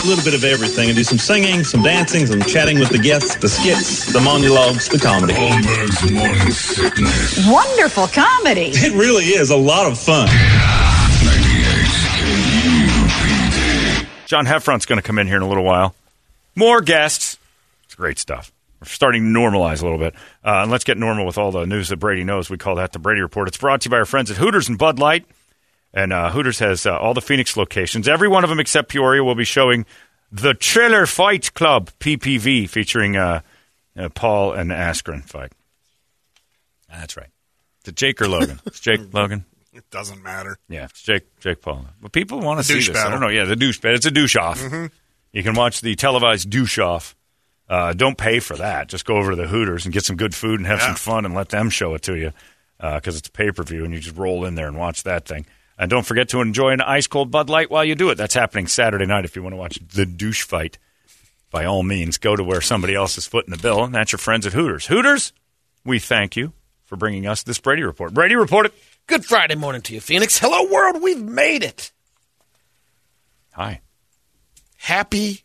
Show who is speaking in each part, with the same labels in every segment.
Speaker 1: a little bit of everything and do some singing, some dancing, some chatting with the guests, the skits, the monologues, the comedy.
Speaker 2: Holmberg's Morning Sickness.
Speaker 3: Wonderful comedy.
Speaker 1: It really is a lot of fun.
Speaker 4: John Heffron's going to come in here in a little while. More guests. It's great stuff. We're starting to normalize a little bit. Uh, and let's get normal with all the news that Brady knows. We call that the Brady Report. It's brought to you by our friends at Hooters and Bud Light. And uh, Hooters has uh, all the Phoenix locations. Every one of them except Peoria will be showing the Trailer Fight Club PPV featuring uh, uh, Paul and Askren fight. That's right. Is it Jake or Logan? It's Jake Logan.
Speaker 5: It doesn't matter.
Speaker 4: Yeah, it's Jake Jake Paul. But people want to see
Speaker 5: Douche Mm-hmm.
Speaker 4: this. I
Speaker 5: battle.
Speaker 4: don't know. Yeah, the douche battle. It's a douche off. You can watch the televised douche off. Uh, don't pay for that. Just go over to the Hooters and get some good food and have some
Speaker 5: Yeah.
Speaker 4: fun and let them show it to you because it's pay per view and you just roll in there and watch that thing. And don't forget to enjoy an ice cold Bud Light while you do it. That's happening Saturday night. If you want to watch the douche fight, by all means, go to where somebody else is footing the bill, and that's your friends at Hooters. Hooters, we thank you for bringing us this Brady report. Brady report it.
Speaker 6: Good Friday morning to you, Phoenix. Hello, world. We've made it.
Speaker 4: Hi.
Speaker 6: Happy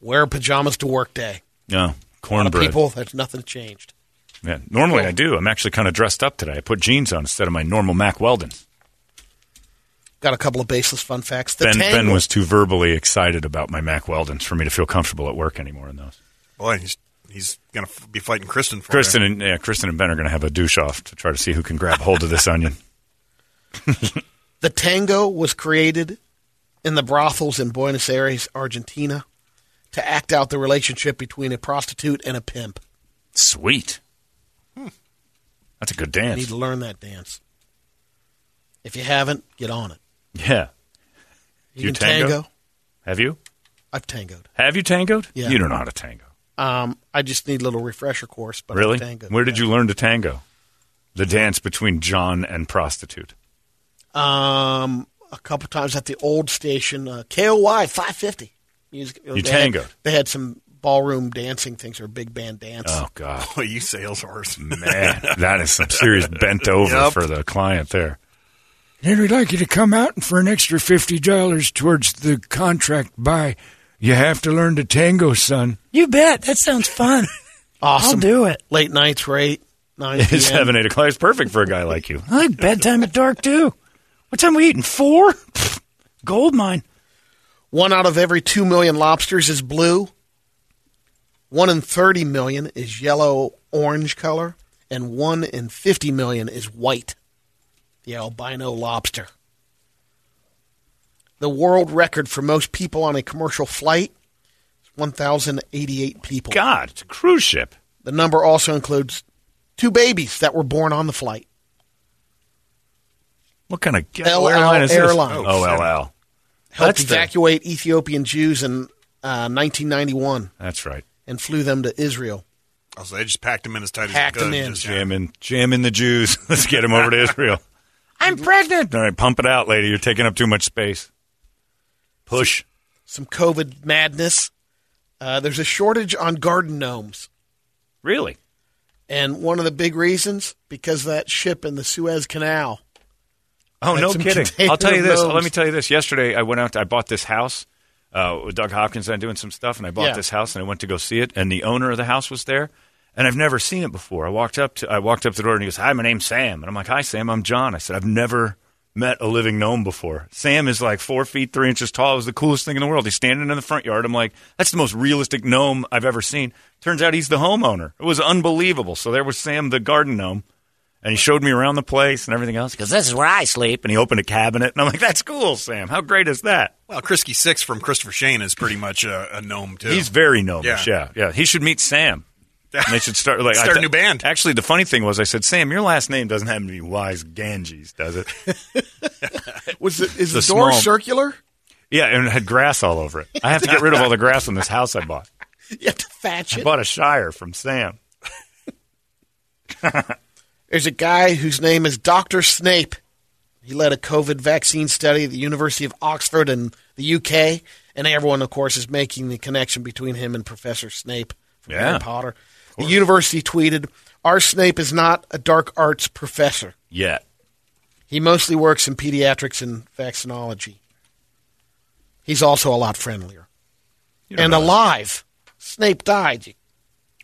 Speaker 6: wear pajamas to work day.
Speaker 4: Yeah.
Speaker 6: A lot of
Speaker 4: Cornbread.
Speaker 6: people, that's nothing changed.
Speaker 4: Yeah, normally I do. I'm actually kind of dressed up today. I put jeans on instead of my normal Mac Weldon.
Speaker 6: Got a couple of baseless fun facts. The
Speaker 4: ben Ben
Speaker 6: Tangle-
Speaker 4: was too verbally excited about my Mac Weldons for me to feel comfortable at work anymore in those.
Speaker 5: Boy, he's he's gonna f- be fighting Kristen for
Speaker 4: Kristen
Speaker 5: you.
Speaker 4: and yeah, Kristen and Ben are going to have a douche off to try to see who can grab hold of this onion.
Speaker 6: The tango was created in the brothels in Buenos Aires, Argentina, to act out the relationship between a prostitute and a pimp.
Speaker 4: Sweet. Hmm. That's a good
Speaker 6: You need
Speaker 4: dance.
Speaker 6: to learn that dance. If you haven't, get on it.
Speaker 4: Yeah.
Speaker 6: You,
Speaker 4: You
Speaker 6: can tango.
Speaker 4: tango? Have you?
Speaker 6: I've tangoed.
Speaker 4: Have you tangoed?
Speaker 6: Yeah.
Speaker 4: You don't know how to tango.
Speaker 6: Um, I just need a little refresher course. But
Speaker 4: really?
Speaker 6: I've tangoed.
Speaker 4: Where did
Speaker 6: Yeah.
Speaker 4: you learn to tango? The dance between John and prostitute.
Speaker 6: Um, a couple times at the old station, uh, KOY 550. Music,
Speaker 4: You
Speaker 6: they had-
Speaker 4: tangoed.
Speaker 6: They had some ballroom dancing things or big band dance.
Speaker 4: Oh God.
Speaker 5: Boy, you sales horse.
Speaker 4: Man, that is some serious bent over
Speaker 5: Yep.
Speaker 4: for the client there.
Speaker 7: And we'd like you to come out and for an extra fifty dollars towards the contract buy. You have to learn to tango, son.
Speaker 8: You bet. That sounds fun.
Speaker 6: awesome.
Speaker 8: I'll do it.
Speaker 6: Late nights were 8, 9 p.m.
Speaker 4: His seven eight o'clock is perfect for a guy like you.
Speaker 8: I like bedtime at dark too. What time we eating? Four? Pfft, Gold mine.
Speaker 6: One out of every 2 million lobsters is blue. One in 30 million is yellow orange color. And one in 50 million is white. The albino lobster. The world record for most people on a commercial flight is 1,088 people.
Speaker 4: God, it's a cruise ship.
Speaker 6: The number also includes two babies that were born on the flight.
Speaker 4: What kind of get-
Speaker 6: LL
Speaker 4: airline is this?
Speaker 6: Airlines.
Speaker 4: Oh, LL.
Speaker 6: Helped
Speaker 4: That's the-
Speaker 6: evacuate Ethiopian Jews in uh, 1991
Speaker 4: That's right.
Speaker 6: and flew them to Israel.
Speaker 5: Oh, so they just packed him in as tight
Speaker 6: Packed
Speaker 5: as they
Speaker 6: him
Speaker 5: could.
Speaker 6: in.
Speaker 5: Just, yeah.
Speaker 4: Jamming, jamming the Jews. Let's get him over to Israel.
Speaker 8: I'm pregnant.
Speaker 4: All right, pump it out, lady. You're taking up too much space. Push.
Speaker 6: Some COVID madness. Uh, there's a shortage on garden gnomes.
Speaker 4: Really?
Speaker 6: And one of the big reasons, because that ship in the Suez Canal.
Speaker 4: Oh,
Speaker 6: Had
Speaker 4: no
Speaker 6: some
Speaker 4: kidding.
Speaker 6: container
Speaker 4: I'll tell you this.
Speaker 6: loads.
Speaker 4: Let me tell you this. Yesterday, I went out. I bought this house uh, with Doug Hopkins and I doing some stuff, and I bought
Speaker 6: Yeah.
Speaker 4: this house, and I went to go see it, and the owner of the house was there, and I've never seen it before. I walked up to I walked up to the door, and he goes, "Hi, my name's Sam," and I'm like, "Hi, Sam. I'm John." I said, "I've never." Met a living gnome before. Sam is like four feet three inches tall. It was the coolest thing in the world. He's standing in the front yard. I'm like, that's the most realistic gnome I've ever seen. Turns out he's the homeowner. It was unbelievable. So there was Sam, the garden gnome, and he showed me around the place and everything else. He goes, "This is where I sleep." And he opened a cabinet, and I'm like, "That's cool, Sam. How great is that?"
Speaker 5: Well, Krisky Six from Christopher Shane is pretty much a, a gnome too.
Speaker 4: He's very gnomish. Yeah.
Speaker 5: Yeah.
Speaker 4: yeah, He should meet Sam. And they should start like I
Speaker 5: Start a
Speaker 4: th-
Speaker 5: new band.
Speaker 4: Actually, the funny thing was, I said, "Sam, your last name doesn't happen to be Wise Ganges, does it?"
Speaker 6: Was it, is
Speaker 4: The
Speaker 6: the, door
Speaker 4: small-
Speaker 6: circular?
Speaker 4: Yeah, and it had grass all over it. I have to get rid of all the grass on this house I bought.
Speaker 6: You have to thatch
Speaker 4: I
Speaker 6: it.
Speaker 4: bought a Shire from Sam.
Speaker 6: There's a guy whose name is Dr. Snape. He led a COVID vaccine study at the University of Oxford in the UK. And everyone, of course, is making the connection between him and Professor Snape from
Speaker 4: Yeah.
Speaker 6: Harry Potter. The university tweeted Our Snape is not a dark arts professor.
Speaker 4: Yet.
Speaker 6: He mostly works in pediatrics and vaccinology. He's also a lot friendlier
Speaker 4: You don't
Speaker 6: and
Speaker 4: know that.
Speaker 6: alive. Snape died. You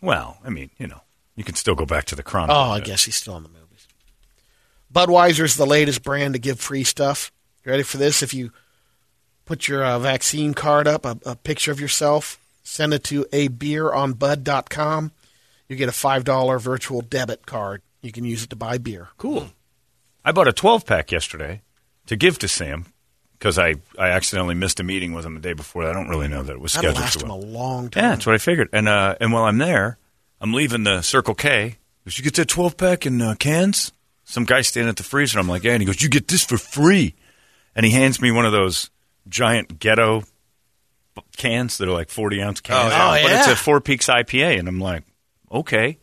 Speaker 4: Well, I mean, you know, you can still go back to the chronicle.
Speaker 6: Oh, I guess he's still in the movies. Budweiser's the latest brand to give free stuff. You ready for this? If you put your uh, vaccine card up, a, a picture of yourself, send it to a beeronbud.com, you get a $5 virtual debit card. You can use it to buy beer.
Speaker 4: Cool. I bought a 12 pack yesterday to give to Sam because I, I accidentally missed a meeting with him the day before. I don't really know that it was
Speaker 6: That'll
Speaker 4: scheduled.
Speaker 6: last
Speaker 4: to
Speaker 6: him a
Speaker 4: well.
Speaker 6: long
Speaker 4: Yeah,
Speaker 6: time.
Speaker 4: that's what I figured. And uh, and while I'm there, I'm leaving the Circle K. Did you get that 12 pack in uh, cans? Some guy standing at the freezer. I'm like, yeah. And he goes, you get this for free. And he hands me one of those giant ghetto b- cans that are like 40 ounce cans.
Speaker 6: yeah. Oh,
Speaker 4: But it's
Speaker 6: yeah.
Speaker 4: a Four Peaks IPA. And I'm like, okay,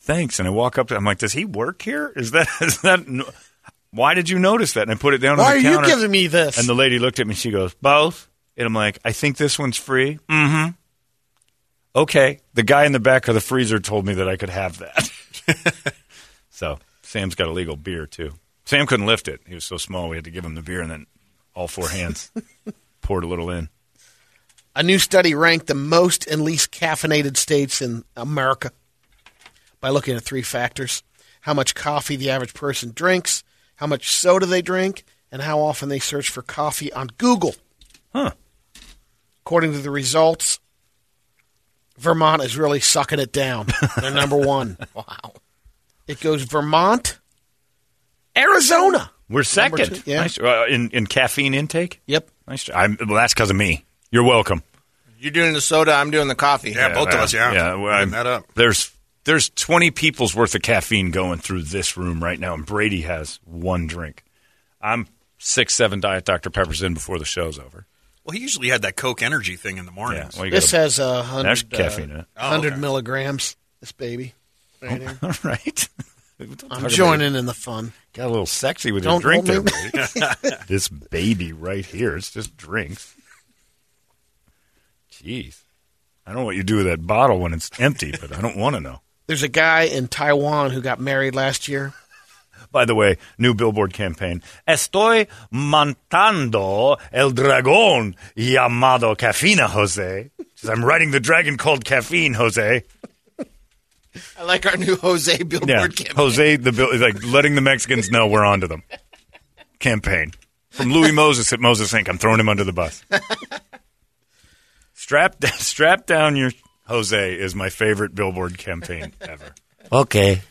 Speaker 4: thanks. And I walk up to I'm like, does he work here? Is that, is that, no- why did you notice that? And I put it down
Speaker 6: Why
Speaker 4: on
Speaker 6: are
Speaker 4: the
Speaker 6: you
Speaker 4: counter.
Speaker 6: giving me this?
Speaker 4: And the lady looked at me. She goes, "Both." And I'm like, "I think this one's free." Mm-hmm. Okay. The guy in the back of the freezer told me that I could have that. so Sam's got a legal beer too. Sam couldn't lift it. He was so small. We had to give him the beer, and then all four hands poured a little in.
Speaker 6: A new study ranked the most and least caffeinated states in America by looking at three factors how much coffee the average person drinks, how much soda they drink, and how often they search for coffee on Google.
Speaker 4: Huh.
Speaker 6: According to the results, Vermont is really sucking it down. They're number one. wow. It goes Vermont, Arizona.
Speaker 4: We're second.
Speaker 6: two, yeah.
Speaker 4: Nice. Uh, in in caffeine intake.
Speaker 6: Yep.
Speaker 4: Nice. try. I'm, well, that's because of me. You're welcome.
Speaker 3: You're doing the soda. I'm doing the coffee.
Speaker 5: Yeah, both of us. Yeah,
Speaker 4: Yeah, well,
Speaker 5: Bring
Speaker 4: I'm-
Speaker 5: that up.
Speaker 4: There's there's 20 people's worth of caffeine going through this room right now, and Brady has one drink. I'm six seven diet Dr Peppers in before the show's over.
Speaker 5: Well, he usually had that Coke Energy thing in the morning.
Speaker 4: Yeah, well, you
Speaker 6: This
Speaker 4: gotta-
Speaker 6: has a
Speaker 4: There's
Speaker 6: hundred
Speaker 4: caffeine in it.
Speaker 6: uh, 100 milligrams. This baby, right here.
Speaker 4: all right. Don't talk
Speaker 6: I'm
Speaker 4: about it.
Speaker 6: joining in the fun.
Speaker 4: Got a little sexy with
Speaker 6: Don't
Speaker 4: your drink there,
Speaker 6: hold
Speaker 4: Brady. this baby right here, it's just drinks. Jeez, I don't know what you do with that bottle when it's empty, but I don't want to know.
Speaker 6: There's a guy in Taiwan who got married last year.
Speaker 4: By the way, new billboard campaign. Estoy montando el dragón llamado cafeína, Jose. Says, I'm riding the dragon called caffeine, Jose.
Speaker 3: I like our new Jose billboard
Speaker 4: Yeah,
Speaker 3: campaign.
Speaker 4: Jose, the bill is like letting the Mexicans know we're onto them. Campaign from Louis Moses at Moses Inc. I'm throwing him under the bus. strap, strap down your Jose is my favorite billboard campaign ever.
Speaker 3: Okay.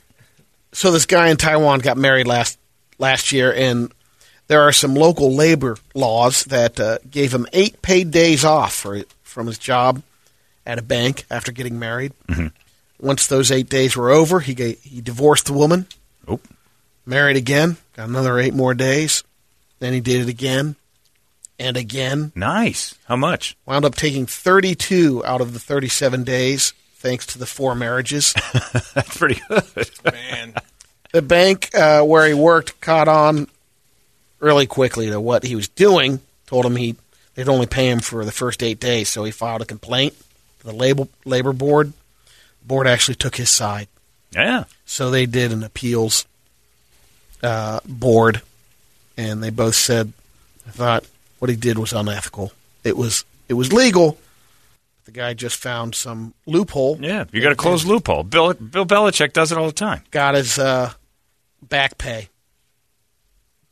Speaker 6: So this guy in Taiwan got married last last year, and there are some local labor laws that uh, gave him eight paid days off for, from his job at a bank after getting married.
Speaker 4: Mm-hmm.
Speaker 6: Once those eight days were over, he ga he divorced the woman,
Speaker 4: Oh,
Speaker 6: married again, got another eight more days. Then he did it again and again
Speaker 4: nice. How much?
Speaker 6: wound up taking 32 out of the 37 days thanks to the four marriages.
Speaker 4: That's pretty good.
Speaker 3: Man.
Speaker 6: the bank uh, where he worked caught on really quickly to what he was doing, told him he they'd only pay him for the first 8 days, so he filed a complaint to the labor labor board. The board actually took his side.
Speaker 4: Yeah.
Speaker 6: So they did an appeals uh, board, and they both said, "I thought what he did was unethical. It was it was legal." The guy just found some loophole.
Speaker 4: Yeah, you got a closed loophole. Bill Bill Belichick does it all the time.
Speaker 6: Got his uh, back pay,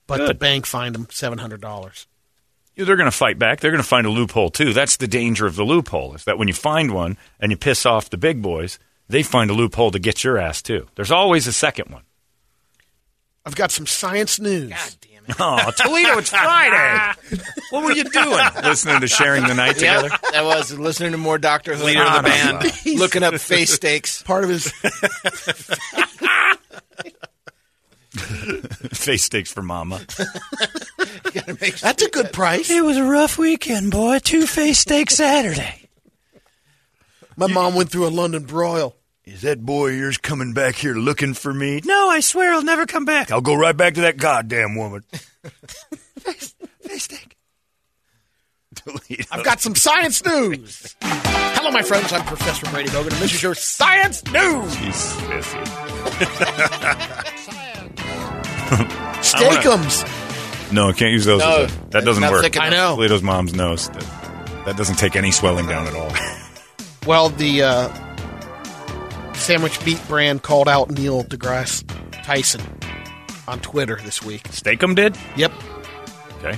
Speaker 6: but the
Speaker 4: Good.
Speaker 6: bank fined him seven hundred dollars.
Speaker 4: Yeah, They're going to fight back. They're going to find a loophole too. That's the danger of the loophole is that when you find one and you piss off the big boys, they find a loophole to get your ass too. There's always a second one.
Speaker 6: I've got some science news.
Speaker 4: Oh, Toledo, it's Friday. what were you doing? Listening to sharing the night together.
Speaker 3: That was listening to more Doctor Who.
Speaker 5: Leader of the band.
Speaker 3: Looking up face steaks.
Speaker 6: Part of his
Speaker 4: Face steaks for Mama.
Speaker 3: gotta make sure
Speaker 6: That's a good price.
Speaker 8: It was a rough weekend, boy. Two face steak Saturday.
Speaker 6: My mom went through a London broil.
Speaker 4: Is that boy of yours coming back here looking for me? No, I swear I'll never come back. I'll go right back to that goddamn woman.
Speaker 8: Face steak.
Speaker 6: I've got some science news. Hello, my friends. I'm Professor Brady Hogan, and this is your science news.
Speaker 4: He's sissy.
Speaker 6: Steakums.
Speaker 4: No, I can't use those.
Speaker 3: No,
Speaker 4: as a, that doesn't
Speaker 3: not
Speaker 4: work.
Speaker 3: thick enough. I know.
Speaker 4: Toledo's mom's nose. That, that doesn't take any swelling down at all.
Speaker 6: Well, the uh, sandwich meat brand called out Neil deGrasse Tyson on Twitter this week.
Speaker 4: Steakum did?
Speaker 6: Yep.
Speaker 4: Okay.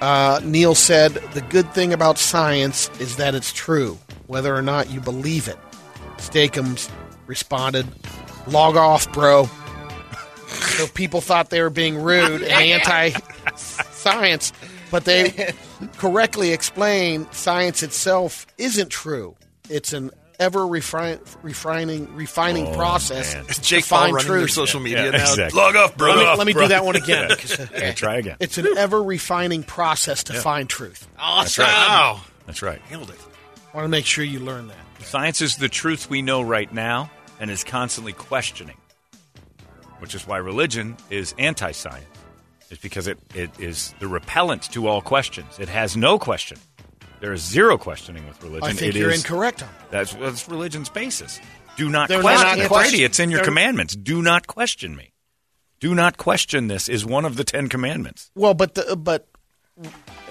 Speaker 6: Uh, Neil said, The good thing about science is that it's true, whether or not you believe it. Steakums responded, Log off, bro. so people thought they were being rude and anti science, but they correctly explained science itself isn't true. It's an ever refine, refining refining process
Speaker 4: man.
Speaker 6: to
Speaker 5: Jake Paul
Speaker 6: find
Speaker 5: running their
Speaker 6: truth.
Speaker 5: social media
Speaker 4: Yeah,
Speaker 5: now.
Speaker 4: exactly.
Speaker 5: Log off, bro.
Speaker 6: Let me,
Speaker 4: off,
Speaker 6: let me
Speaker 4: bro.
Speaker 6: do that one again.
Speaker 4: Okay, try again.
Speaker 6: It's an ever refining process to find truth.
Speaker 3: awesome.
Speaker 5: Wow.
Speaker 4: That's right.
Speaker 5: Nailed it.
Speaker 6: I want to make sure you learn that.
Speaker 4: Science is the truth we know right now and is constantly questioning, which is why religion is anti science, is because it, it is the repellent to all questions. It has no question. There is zero questioning with religion.
Speaker 6: I think
Speaker 4: It
Speaker 6: you're
Speaker 4: is-
Speaker 6: incorrect on that.
Speaker 4: That's, that's religion's basis. Do not
Speaker 6: They're
Speaker 4: question
Speaker 6: not
Speaker 4: it.
Speaker 6: question-
Speaker 4: Brady, it's in your
Speaker 6: they're-
Speaker 4: commandments. Do not question me. Do not question this is one of the Ten Commandments.
Speaker 6: Well, but the, but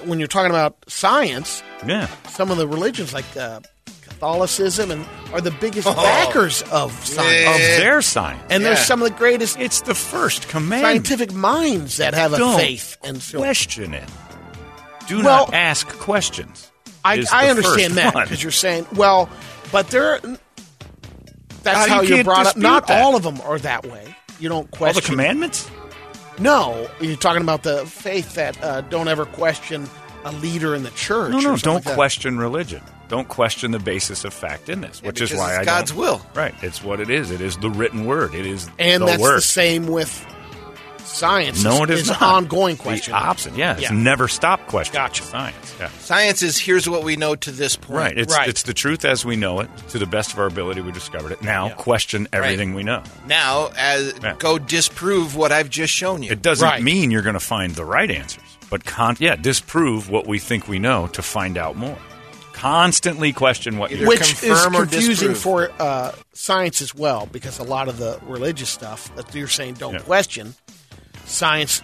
Speaker 6: when you're talking about science,
Speaker 4: Yeah.
Speaker 6: some of the religions like uh, Catholicism and are the biggest backers of science,
Speaker 4: Oh. Of their science.
Speaker 6: and they're
Speaker 3: yeah.
Speaker 6: some of the greatest
Speaker 4: It's the first commandment.
Speaker 6: scientific minds that have a
Speaker 4: Don't
Speaker 6: faith and so.
Speaker 4: question it. Do
Speaker 6: Well-
Speaker 4: not ask questions.
Speaker 6: I,
Speaker 4: is the
Speaker 6: I
Speaker 4: first
Speaker 6: understand that
Speaker 4: one.
Speaker 6: because you're saying well, but they're that's
Speaker 4: How you
Speaker 6: how you're
Speaker 4: can't
Speaker 6: brought up.
Speaker 4: dispute
Speaker 6: Not
Speaker 4: that.
Speaker 6: all of them are that way. You don't
Speaker 4: all the
Speaker 6: question
Speaker 4: commandments.
Speaker 6: No, you're talking about the faith that uh, don't ever question a leader in the church.
Speaker 4: No, no,
Speaker 6: or something
Speaker 4: don't
Speaker 6: like that.
Speaker 4: question religion. Don't question the basis of fact in this, which is
Speaker 3: because
Speaker 4: why
Speaker 3: it's
Speaker 4: I
Speaker 3: God's
Speaker 4: don't-
Speaker 3: will.
Speaker 4: Right, it's what it is. It is the written word. It is
Speaker 6: And
Speaker 4: the
Speaker 6: that's
Speaker 4: word.
Speaker 6: the same with science.
Speaker 4: no, it is
Speaker 6: it's
Speaker 4: not.
Speaker 6: an ongoing question.
Speaker 4: The opposite, yeah, it's
Speaker 6: Yeah.
Speaker 4: never stop question.
Speaker 6: Gotcha.
Speaker 4: Science, yeah.
Speaker 3: Science is here's what we know to this point.
Speaker 4: Right. It's
Speaker 6: Right.
Speaker 4: it's the truth as we know it to the best of our ability. We discovered it. Now question everything we know.
Speaker 3: Now, as
Speaker 4: Yeah.
Speaker 3: go disprove what I've just shown you.
Speaker 4: It doesn't
Speaker 6: Right.
Speaker 4: mean you're going to find the right answers, but con- yeah, disprove what we think we know to find out more. Constantly question what you
Speaker 3: Either
Speaker 4: know.
Speaker 6: Which is
Speaker 3: confirm or
Speaker 6: confusing
Speaker 3: disprove.
Speaker 6: for uh, science as well, because a lot of the religious stuff that you're saying don't
Speaker 4: Yeah.
Speaker 6: question, science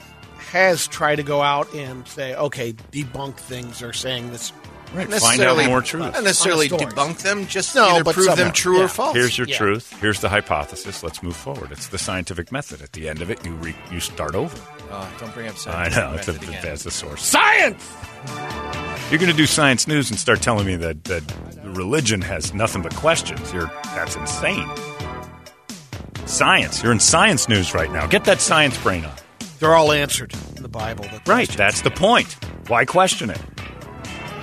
Speaker 6: has tried to go out and say, okay, debunk things or saying this.
Speaker 4: Right, find out
Speaker 3: Necessarily-
Speaker 4: more truth.
Speaker 3: Not necessarily
Speaker 6: Honest stories.
Speaker 3: debunk them, just
Speaker 6: No,
Speaker 3: either
Speaker 6: but
Speaker 3: prove
Speaker 6: some-
Speaker 3: them true
Speaker 6: yeah.
Speaker 3: or false.
Speaker 4: Here's your
Speaker 6: Yeah.
Speaker 4: truth. Here's the hypothesis. Let's move forward. It's the scientific method. At the end of it, you re- you start over.
Speaker 3: Oh, don't bring up
Speaker 4: I
Speaker 3: science.
Speaker 4: know. It's a,
Speaker 3: method again.
Speaker 4: that's the source.
Speaker 6: Science!
Speaker 4: You're going to do science news and start telling me that that religion has nothing but questions. You're that's insane. Science. You're in science news right now. Get that science brain on.
Speaker 6: They're all answered in the Bible. the
Speaker 4: Right.
Speaker 6: questions.
Speaker 4: That's the point. Why question it?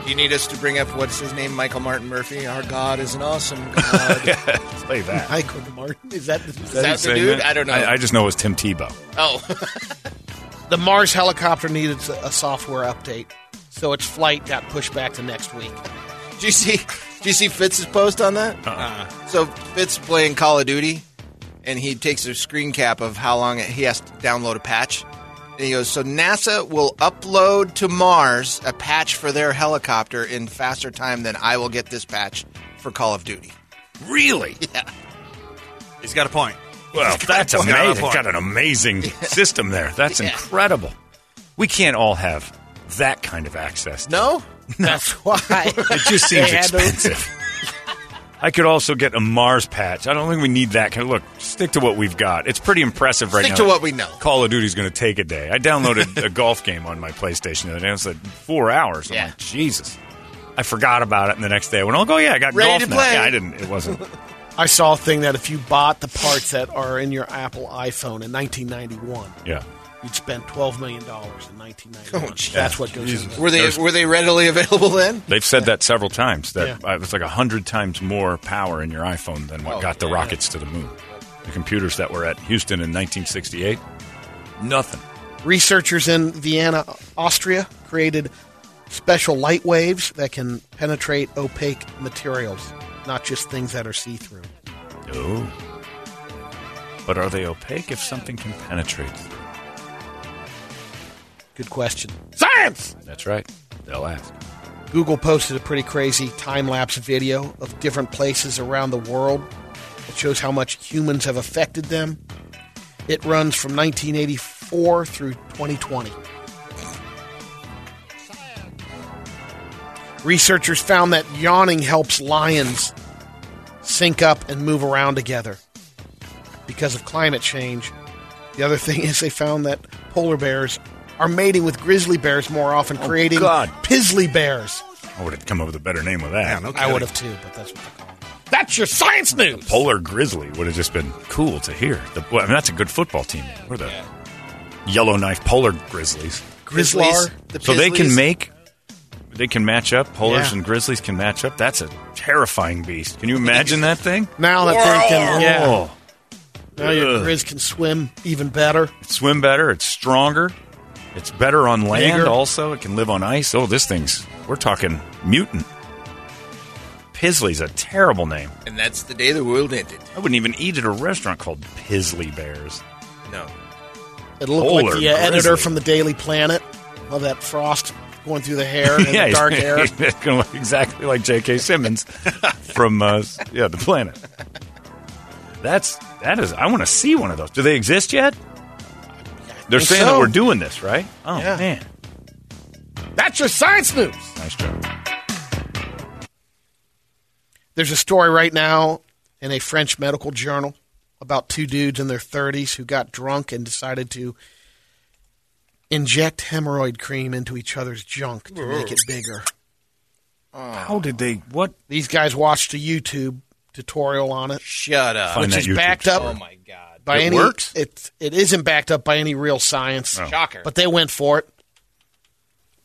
Speaker 3: You need us to bring up what's his name, Michael Martin Murphy. Our God is an awesome God.
Speaker 4: Play that.
Speaker 6: Michael Martin. Is that, is
Speaker 3: that
Speaker 6: that
Speaker 3: the dude? I don't know.
Speaker 4: I, just know it was Tim Tebow.
Speaker 3: oh,
Speaker 6: the Mars helicopter needed s- a software update, so its flight got pushed back to next week.
Speaker 3: do you see? Do you see Fitz's post on
Speaker 4: Uh-uh.
Speaker 3: that? So Fitz playing Call of Duty, and he takes a screen cap of how long it, he has to download a patch. And he goes, so NASA will upload to Mars a patch for their helicopter in faster time than I will get this patch for Call of Duty.
Speaker 4: Really?
Speaker 5: He's got a point.
Speaker 4: Well, that's
Speaker 5: He's got a
Speaker 4: amazing.
Speaker 5: point.
Speaker 4: Got an amazing system there. That's incredible. We can't all have that kind of access.
Speaker 3: No,
Speaker 6: That's why
Speaker 4: It just seems
Speaker 6: They had to-
Speaker 4: expensive. I could also get a Mars patch. I don't think we need that. Kind of, look, stick to what we've got. It's pretty impressive right
Speaker 3: Stick
Speaker 4: now.
Speaker 3: to what we know.
Speaker 4: Call of Duty's going to take a day. I downloaded a golf game on my PlayStation the other day. It was like four hours. I'm
Speaker 3: Yeah.
Speaker 4: like, Jesus. I forgot about it, and the next day I went, "Oh, go yeah, I got
Speaker 3: Ready
Speaker 4: golf
Speaker 3: to
Speaker 4: now."
Speaker 3: play.
Speaker 4: Yeah, I didn't. It wasn't.
Speaker 6: I saw a thing that if you bought the parts that are in your Apple iPhone in 1991,
Speaker 4: Yeah.
Speaker 6: you'd spend 12 million dollars in 1991.
Speaker 3: Oh, geez.
Speaker 6: That's what goes in.
Speaker 3: Were they were they readily available then?
Speaker 4: They've said that several times. That
Speaker 6: Yeah.
Speaker 4: uh, it's like a hundred times more power in your iPhone than what
Speaker 3: Oh,
Speaker 4: got the
Speaker 3: yeah.
Speaker 4: rockets to the moon. The computers that were at Houston in 1968, nothing.
Speaker 6: Researchers in Vienna, Austria, created special light waves that can penetrate opaque materials, not just things that are see-through.
Speaker 4: No. Oh. But are they opaque if something can penetrate?
Speaker 6: Good question.
Speaker 4: That's right. They'll ask.
Speaker 6: Google posted a pretty crazy time lapse video of different places around the world. It shows how much humans have affected them. It runs from 1984 through 2020. Researchers found that yawning helps lions sync up and move around together because of climate change. The other thing is, they found that polar bears are mating with grizzly bears more often, creating
Speaker 4: God.
Speaker 6: pizzly bears.
Speaker 4: I would have come up with a better name with that.
Speaker 5: Yeah, no
Speaker 6: I
Speaker 5: kidding.
Speaker 6: would have too, but that's what they call it.
Speaker 8: That's your science news.
Speaker 4: Polar Grizzly would have just been cool to hear. The, well, I mean, that's a good football team. We're the Yellowknife Polar Grizzlies.
Speaker 6: Grizzlies.
Speaker 3: The
Speaker 4: So they
Speaker 3: Pizzlies?
Speaker 4: can make, they can match up. Polars
Speaker 6: Yeah.
Speaker 4: and Grizzlies can match up. That's a terrifying beast. Can you imagine that thing?
Speaker 6: Now that they can, yeah,
Speaker 4: Oh.
Speaker 6: now your
Speaker 4: Ugh.
Speaker 6: Grizz can swim even better.
Speaker 4: It's swim better. It's stronger. It's better on land.
Speaker 6: Bigger.
Speaker 4: Also, it can live on ice. Oh, this thing's. We're talking mutant. Pizzly's a terrible name.
Speaker 3: And that's the day the world ended.
Speaker 4: I wouldn't even eat at a restaurant called Pizzly Bears.
Speaker 3: No.
Speaker 6: It looked like
Speaker 4: Polar
Speaker 6: the uh, editor
Speaker 4: grizzly.
Speaker 6: from the Daily Planet of that frost going through the hair and the dark hair.
Speaker 4: he's gonna look exactly like J.K. Simmons from uh, yeah, the planet. That's that is. I want to see one of those. Do they exist yet? They're
Speaker 6: think
Speaker 4: saying
Speaker 6: so.
Speaker 4: that we're doing this, right? Oh
Speaker 6: Yeah.
Speaker 4: man,
Speaker 6: That's your science news.
Speaker 4: nice job.
Speaker 6: There's a story right now in a French medical journal about two dudes in their 30s who got drunk and decided to inject hemorrhoid cream into each other's junk to make it bigger.
Speaker 4: How did they? What?
Speaker 6: These guys watched a YouTube tutorial on it.
Speaker 3: Shut up. Oh
Speaker 4: Find
Speaker 6: which
Speaker 4: that
Speaker 6: is
Speaker 4: YouTube
Speaker 6: backed up
Speaker 4: story.
Speaker 6: by
Speaker 4: It
Speaker 6: any
Speaker 4: works?
Speaker 6: It it isn't backed up by any real science.
Speaker 3: Shocker.
Speaker 6: But they went for it.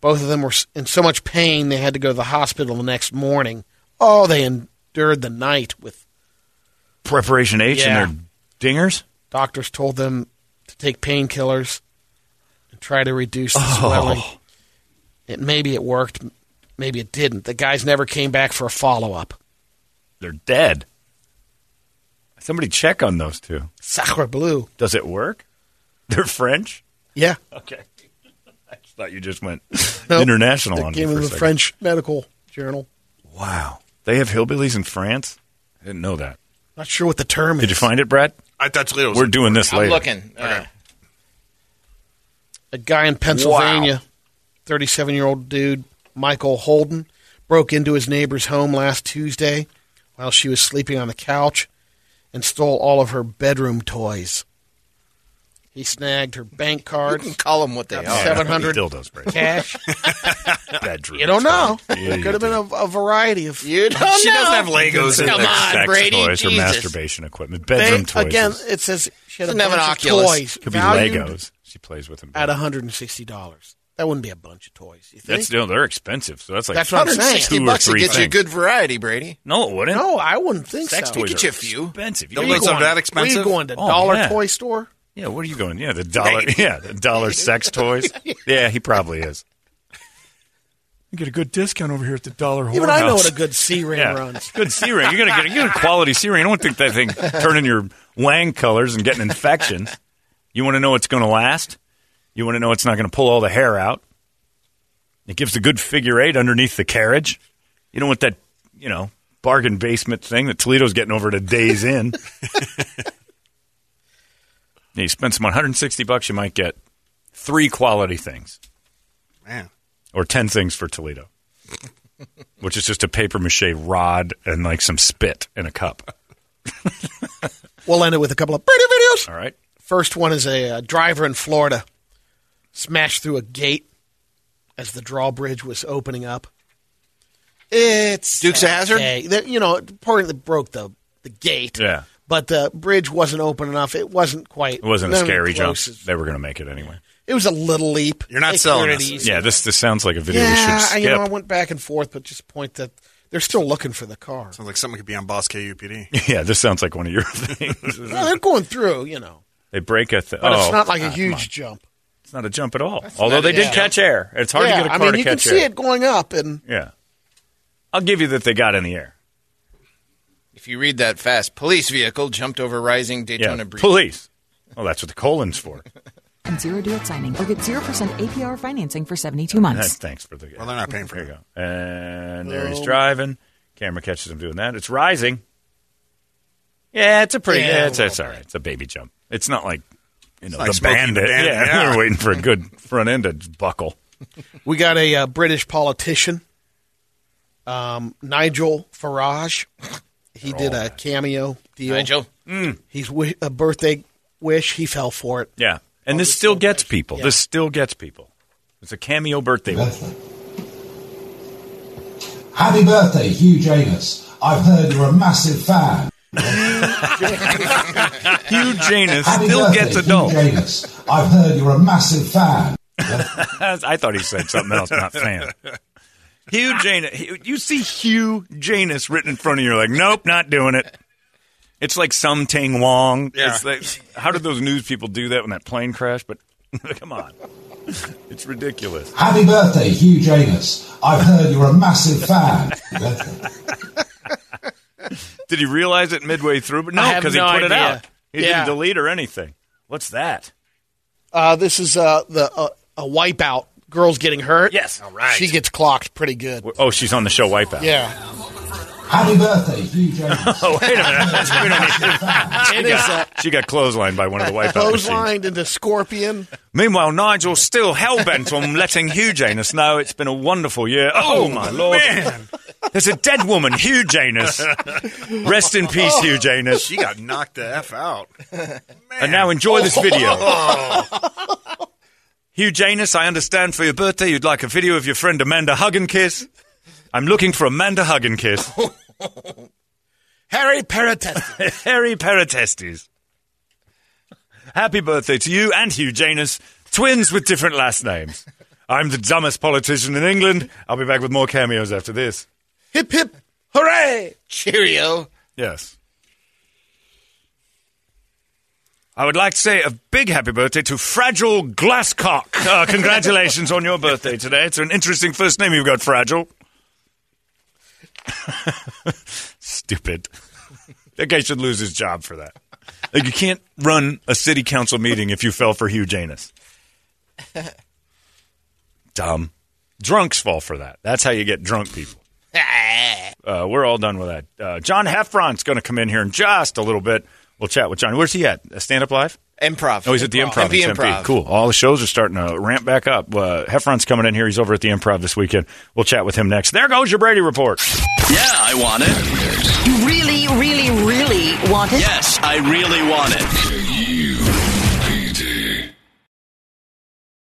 Speaker 6: Both of them were s- in so much pain they had to go to the hospital the next morning. Oh, they endured the night with
Speaker 4: Preparation H
Speaker 6: Yeah.
Speaker 4: and their dingers.
Speaker 6: doctors told them to take painkillers and try to reduce
Speaker 4: Oh.
Speaker 6: the swelling. It maybe it worked, m- maybe it didn't. The guys never came back for a follow up.
Speaker 4: They're dead. Somebody check on those two.
Speaker 6: Sacre bleu.
Speaker 4: Does it work? They're French.
Speaker 6: Yeah.
Speaker 4: Okay. I just thought you just went
Speaker 6: No,
Speaker 4: international
Speaker 6: They
Speaker 4: on me
Speaker 6: gave
Speaker 4: for
Speaker 6: them
Speaker 4: a
Speaker 6: the
Speaker 4: second.
Speaker 6: French medical journal.
Speaker 4: Wow. They have hillbillies in France? I didn't know that.
Speaker 6: Not sure what the term is.
Speaker 4: Did you find it, Brad?
Speaker 5: I thought later.
Speaker 4: We're doing this
Speaker 3: I'm
Speaker 4: later.
Speaker 3: looking. Uh,
Speaker 6: a guy in Pennsylvania, 37 year old dude, Michael Holden, broke into his neighbor's home last Tuesday while she was sleeping on the couch and stole all of her bedroom toys. He snagged her bank
Speaker 3: You can
Speaker 6: cards,
Speaker 3: call them what they
Speaker 4: Oh,
Speaker 6: Yeah.
Speaker 3: are.
Speaker 6: Seven hundred.
Speaker 4: dildos, Brad.
Speaker 6: cash.
Speaker 4: Bedroom.
Speaker 6: You don't know.
Speaker 4: Yeah,
Speaker 6: It could have
Speaker 4: you
Speaker 6: been a, a variety of.
Speaker 3: You don't
Speaker 5: She
Speaker 3: know.
Speaker 5: doesn't have Legos in
Speaker 3: Come
Speaker 5: there.
Speaker 3: on,
Speaker 4: Sex
Speaker 3: Brady.
Speaker 4: toys
Speaker 3: Jesus.
Speaker 4: or masturbation equipment. Bedroom
Speaker 6: They-
Speaker 4: toys.
Speaker 6: Again,
Speaker 4: is-
Speaker 6: it says she had a
Speaker 3: Doesn't have an
Speaker 6: bunch of
Speaker 3: Oculus.
Speaker 6: toys.
Speaker 4: could be
Speaker 6: valued
Speaker 4: Legos. She plays with them.
Speaker 6: At $160. That wouldn't be a bunch of toys. You think?
Speaker 4: That's no, they're expensive. So that's like
Speaker 6: That's what I'm saying.
Speaker 4: two
Speaker 3: 160
Speaker 4: or
Speaker 3: bucks to
Speaker 4: three
Speaker 3: get you a
Speaker 4: things.
Speaker 3: good variety, Brady.
Speaker 4: No, it wouldn't.
Speaker 6: no, I wouldn't think
Speaker 4: Sex
Speaker 6: so.
Speaker 4: toys
Speaker 3: get
Speaker 4: are
Speaker 3: you a few.
Speaker 4: expensive. You
Speaker 5: Don't
Speaker 4: don't
Speaker 5: let
Speaker 4: go on-
Speaker 5: some- that
Speaker 6: Were you
Speaker 5: expensive?
Speaker 6: going to
Speaker 4: Oh,
Speaker 6: dollar
Speaker 4: yeah.
Speaker 6: toy store?
Speaker 4: Yeah, where are you going? Yeah, the dollar. Yeah, the dollar sex toys. Yeah, he probably is.
Speaker 7: You get a good discount over here at the Dollar Whorehouse.
Speaker 6: Even I know what a good C ring
Speaker 4: Yeah.
Speaker 6: runs.
Speaker 4: Good C ring. You're gonna get you get a quality C ring. I don't think that thing turning your wang colors and getting infections. You want to know it's going to last. You want to know it's not going to pull all the hair out. It gives a good figure eight underneath the carriage. You don't want that, you know, bargain basement thing that Toledo's getting over to Days in. you spend some 160 bucks, you might get three quality things
Speaker 5: Man.
Speaker 4: or 10 things for Toledo. which is just a paper mache rod and like some spit in a cup.
Speaker 6: We'll end it with a couple of pretty videos.
Speaker 4: All right.
Speaker 6: First one is a uh, driver in Florida smashed through a gate as the drawbridge was opening up. It's
Speaker 3: Dukes of Hazzard.
Speaker 6: okay. That- You know, it partly broke the the gate.
Speaker 4: Yeah.
Speaker 6: But the bridge wasn't open enough. It wasn't quite.
Speaker 4: It wasn't a
Speaker 6: none of the
Speaker 4: scary jump.
Speaker 6: close.
Speaker 4: They were going to make it anyway.
Speaker 6: It was a little leap.
Speaker 5: You're not
Speaker 6: They
Speaker 5: selling
Speaker 6: cleared it
Speaker 5: us.
Speaker 6: easy.
Speaker 4: Yeah, this this sounds like a video we
Speaker 6: Yeah,
Speaker 4: should skip.
Speaker 6: I- you know, I went back and forth, but just point that they're still looking for the car.
Speaker 5: Sounds like something could be on Boss KUPD.
Speaker 4: yeah, this sounds like one of your things.
Speaker 6: Well, they're going through, you know,
Speaker 4: they break a. Th-
Speaker 6: but
Speaker 4: oh,
Speaker 6: it's not like a
Speaker 4: God,
Speaker 6: huge
Speaker 4: come on.
Speaker 6: jump.
Speaker 4: It's not a jump at all. Although they
Speaker 6: a
Speaker 4: did
Speaker 6: jump.
Speaker 4: catch air. It's hard to
Speaker 6: yeah,
Speaker 4: get a car
Speaker 6: I mean,
Speaker 4: to
Speaker 6: you can
Speaker 4: catch
Speaker 6: see
Speaker 4: air.
Speaker 6: it going up, and
Speaker 4: Yeah, I'll give you that they got in the air.
Speaker 3: If you read that fast, police vehicle jumped over rising
Speaker 4: Yeah,
Speaker 3: Daytona breeze.
Speaker 4: police. Oh, that's what the colon's for.
Speaker 9: Zero deal signing or get 0% APR financing for 72
Speaker 4: That's-
Speaker 9: months.
Speaker 4: thanks for the.
Speaker 5: Well, they're not paying for
Speaker 4: There
Speaker 5: it.
Speaker 4: you go. And there
Speaker 10: Oh.
Speaker 4: he's
Speaker 6: Boom.
Speaker 4: driving. Camera catches him doing that. It's rising. Yeah, it's a pretty.
Speaker 6: Yeah,
Speaker 4: Yeah,
Speaker 6: a
Speaker 4: it's, it's all right. It's a baby jump. It's not like you know
Speaker 5: like
Speaker 4: the
Speaker 5: Smokey the
Speaker 4: bandit.
Speaker 5: Bandit,
Speaker 4: Yeah,
Speaker 5: yeah.
Speaker 4: they're waiting for a good front end to buckle.
Speaker 6: we got a uh, British politician, um, Nigel Farage. He did a cameo deal.
Speaker 3: Nigel,
Speaker 6: he's wi- a birthday wish. He fell for it.
Speaker 4: Yeah, and this still gets people. This still gets people. It's a cameo birthday.
Speaker 10: birthday. Happy birthday, Hugh Janus. I've heard you're a massive fan.
Speaker 4: Hugh Janus
Speaker 10: Happy
Speaker 4: still
Speaker 10: birthday,
Speaker 4: gets a
Speaker 10: Hugh
Speaker 4: doll.
Speaker 10: Janus. I've heard you're a massive fan.
Speaker 4: I thought he said something else, not fan. Hugh Janus. Hugh- You see Hugh Janus written in front of you. You're like, nope, not doing it. It's like some Ting Wong.
Speaker 5: Yeah.
Speaker 4: It's like, how did those news people do that when that plane crashed? But come on. It's ridiculous.
Speaker 10: Happy birthday, Hugh Janus. I've heard you're a massive fan. Happy birthday.
Speaker 4: Did he realize it midway through? But no,
Speaker 6: I have
Speaker 4: because he
Speaker 6: no
Speaker 4: put it
Speaker 6: idea.
Speaker 4: out. He
Speaker 6: Yeah.
Speaker 4: didn't delete or anything. What's that?
Speaker 6: Uh, this is uh, the uh, a wipeout. Girls getting hurt.
Speaker 4: Yes. All right.
Speaker 6: She gets clocked pretty good.
Speaker 4: Oh, she's on the show Wipeout.
Speaker 6: Yeah.
Speaker 10: Happy birthday, Hugh Janus.
Speaker 4: Oh, wait a minute. That's we don't need-
Speaker 6: It is uh,
Speaker 4: She got clotheslined by one of the Wipeout machines.
Speaker 6: clotheslined into scorpion.
Speaker 4: Meanwhile, Nigel's still hellbent on letting Hugh Janus know it's been a wonderful year. Oh, my lord. There's a dead woman, Hugh Janus. Rest in peace, Hugh Janus.
Speaker 5: She got knocked the F out.
Speaker 4: And now enjoy
Speaker 6: Oh.
Speaker 4: this video. Hugh Janus, I understand for your birthday you'd like a video of your friend Amanda Hug and Kiss. I'm looking for Amanda Hug and Kiss.
Speaker 6: Harry Paratest.
Speaker 4: Harry Peratestes. Happy birthday to you and Hugh Janus, twins with different last names. I'm the dumbest politician in England. I'll be back with more cameos after this.
Speaker 6: hip hip. Hooray!
Speaker 3: Cheerio.
Speaker 4: Yes. I would like to say a big happy birthday to Fragile Glasscock. Uh, congratulations on your birthday today. It's an interesting first name you've got, Fragile. Stupid. That guy should lose his job for that. Like, you can't run a city council meeting if you fell for Hugh Janus. Dumb. Drunks fall for that. That's how you get drunk people. Uh, we're all done with that. Uh, John Heffron's going to come in here in just a little bit. We'll chat with John. Where's he at? Uh, Stand Up Live?
Speaker 3: Improv.
Speaker 4: Oh, he's at the Improv.
Speaker 3: MP
Speaker 4: in Tempe.
Speaker 3: Improv.
Speaker 4: Cool. All the shows are starting to ramp back up. Uh, Heffron's coming in here. He's over at the Improv this weekend. We'll chat with him next. There goes your Brady report.
Speaker 11: Yeah, I want it.
Speaker 9: You really, really, really want it?
Speaker 11: Yes, I really want it.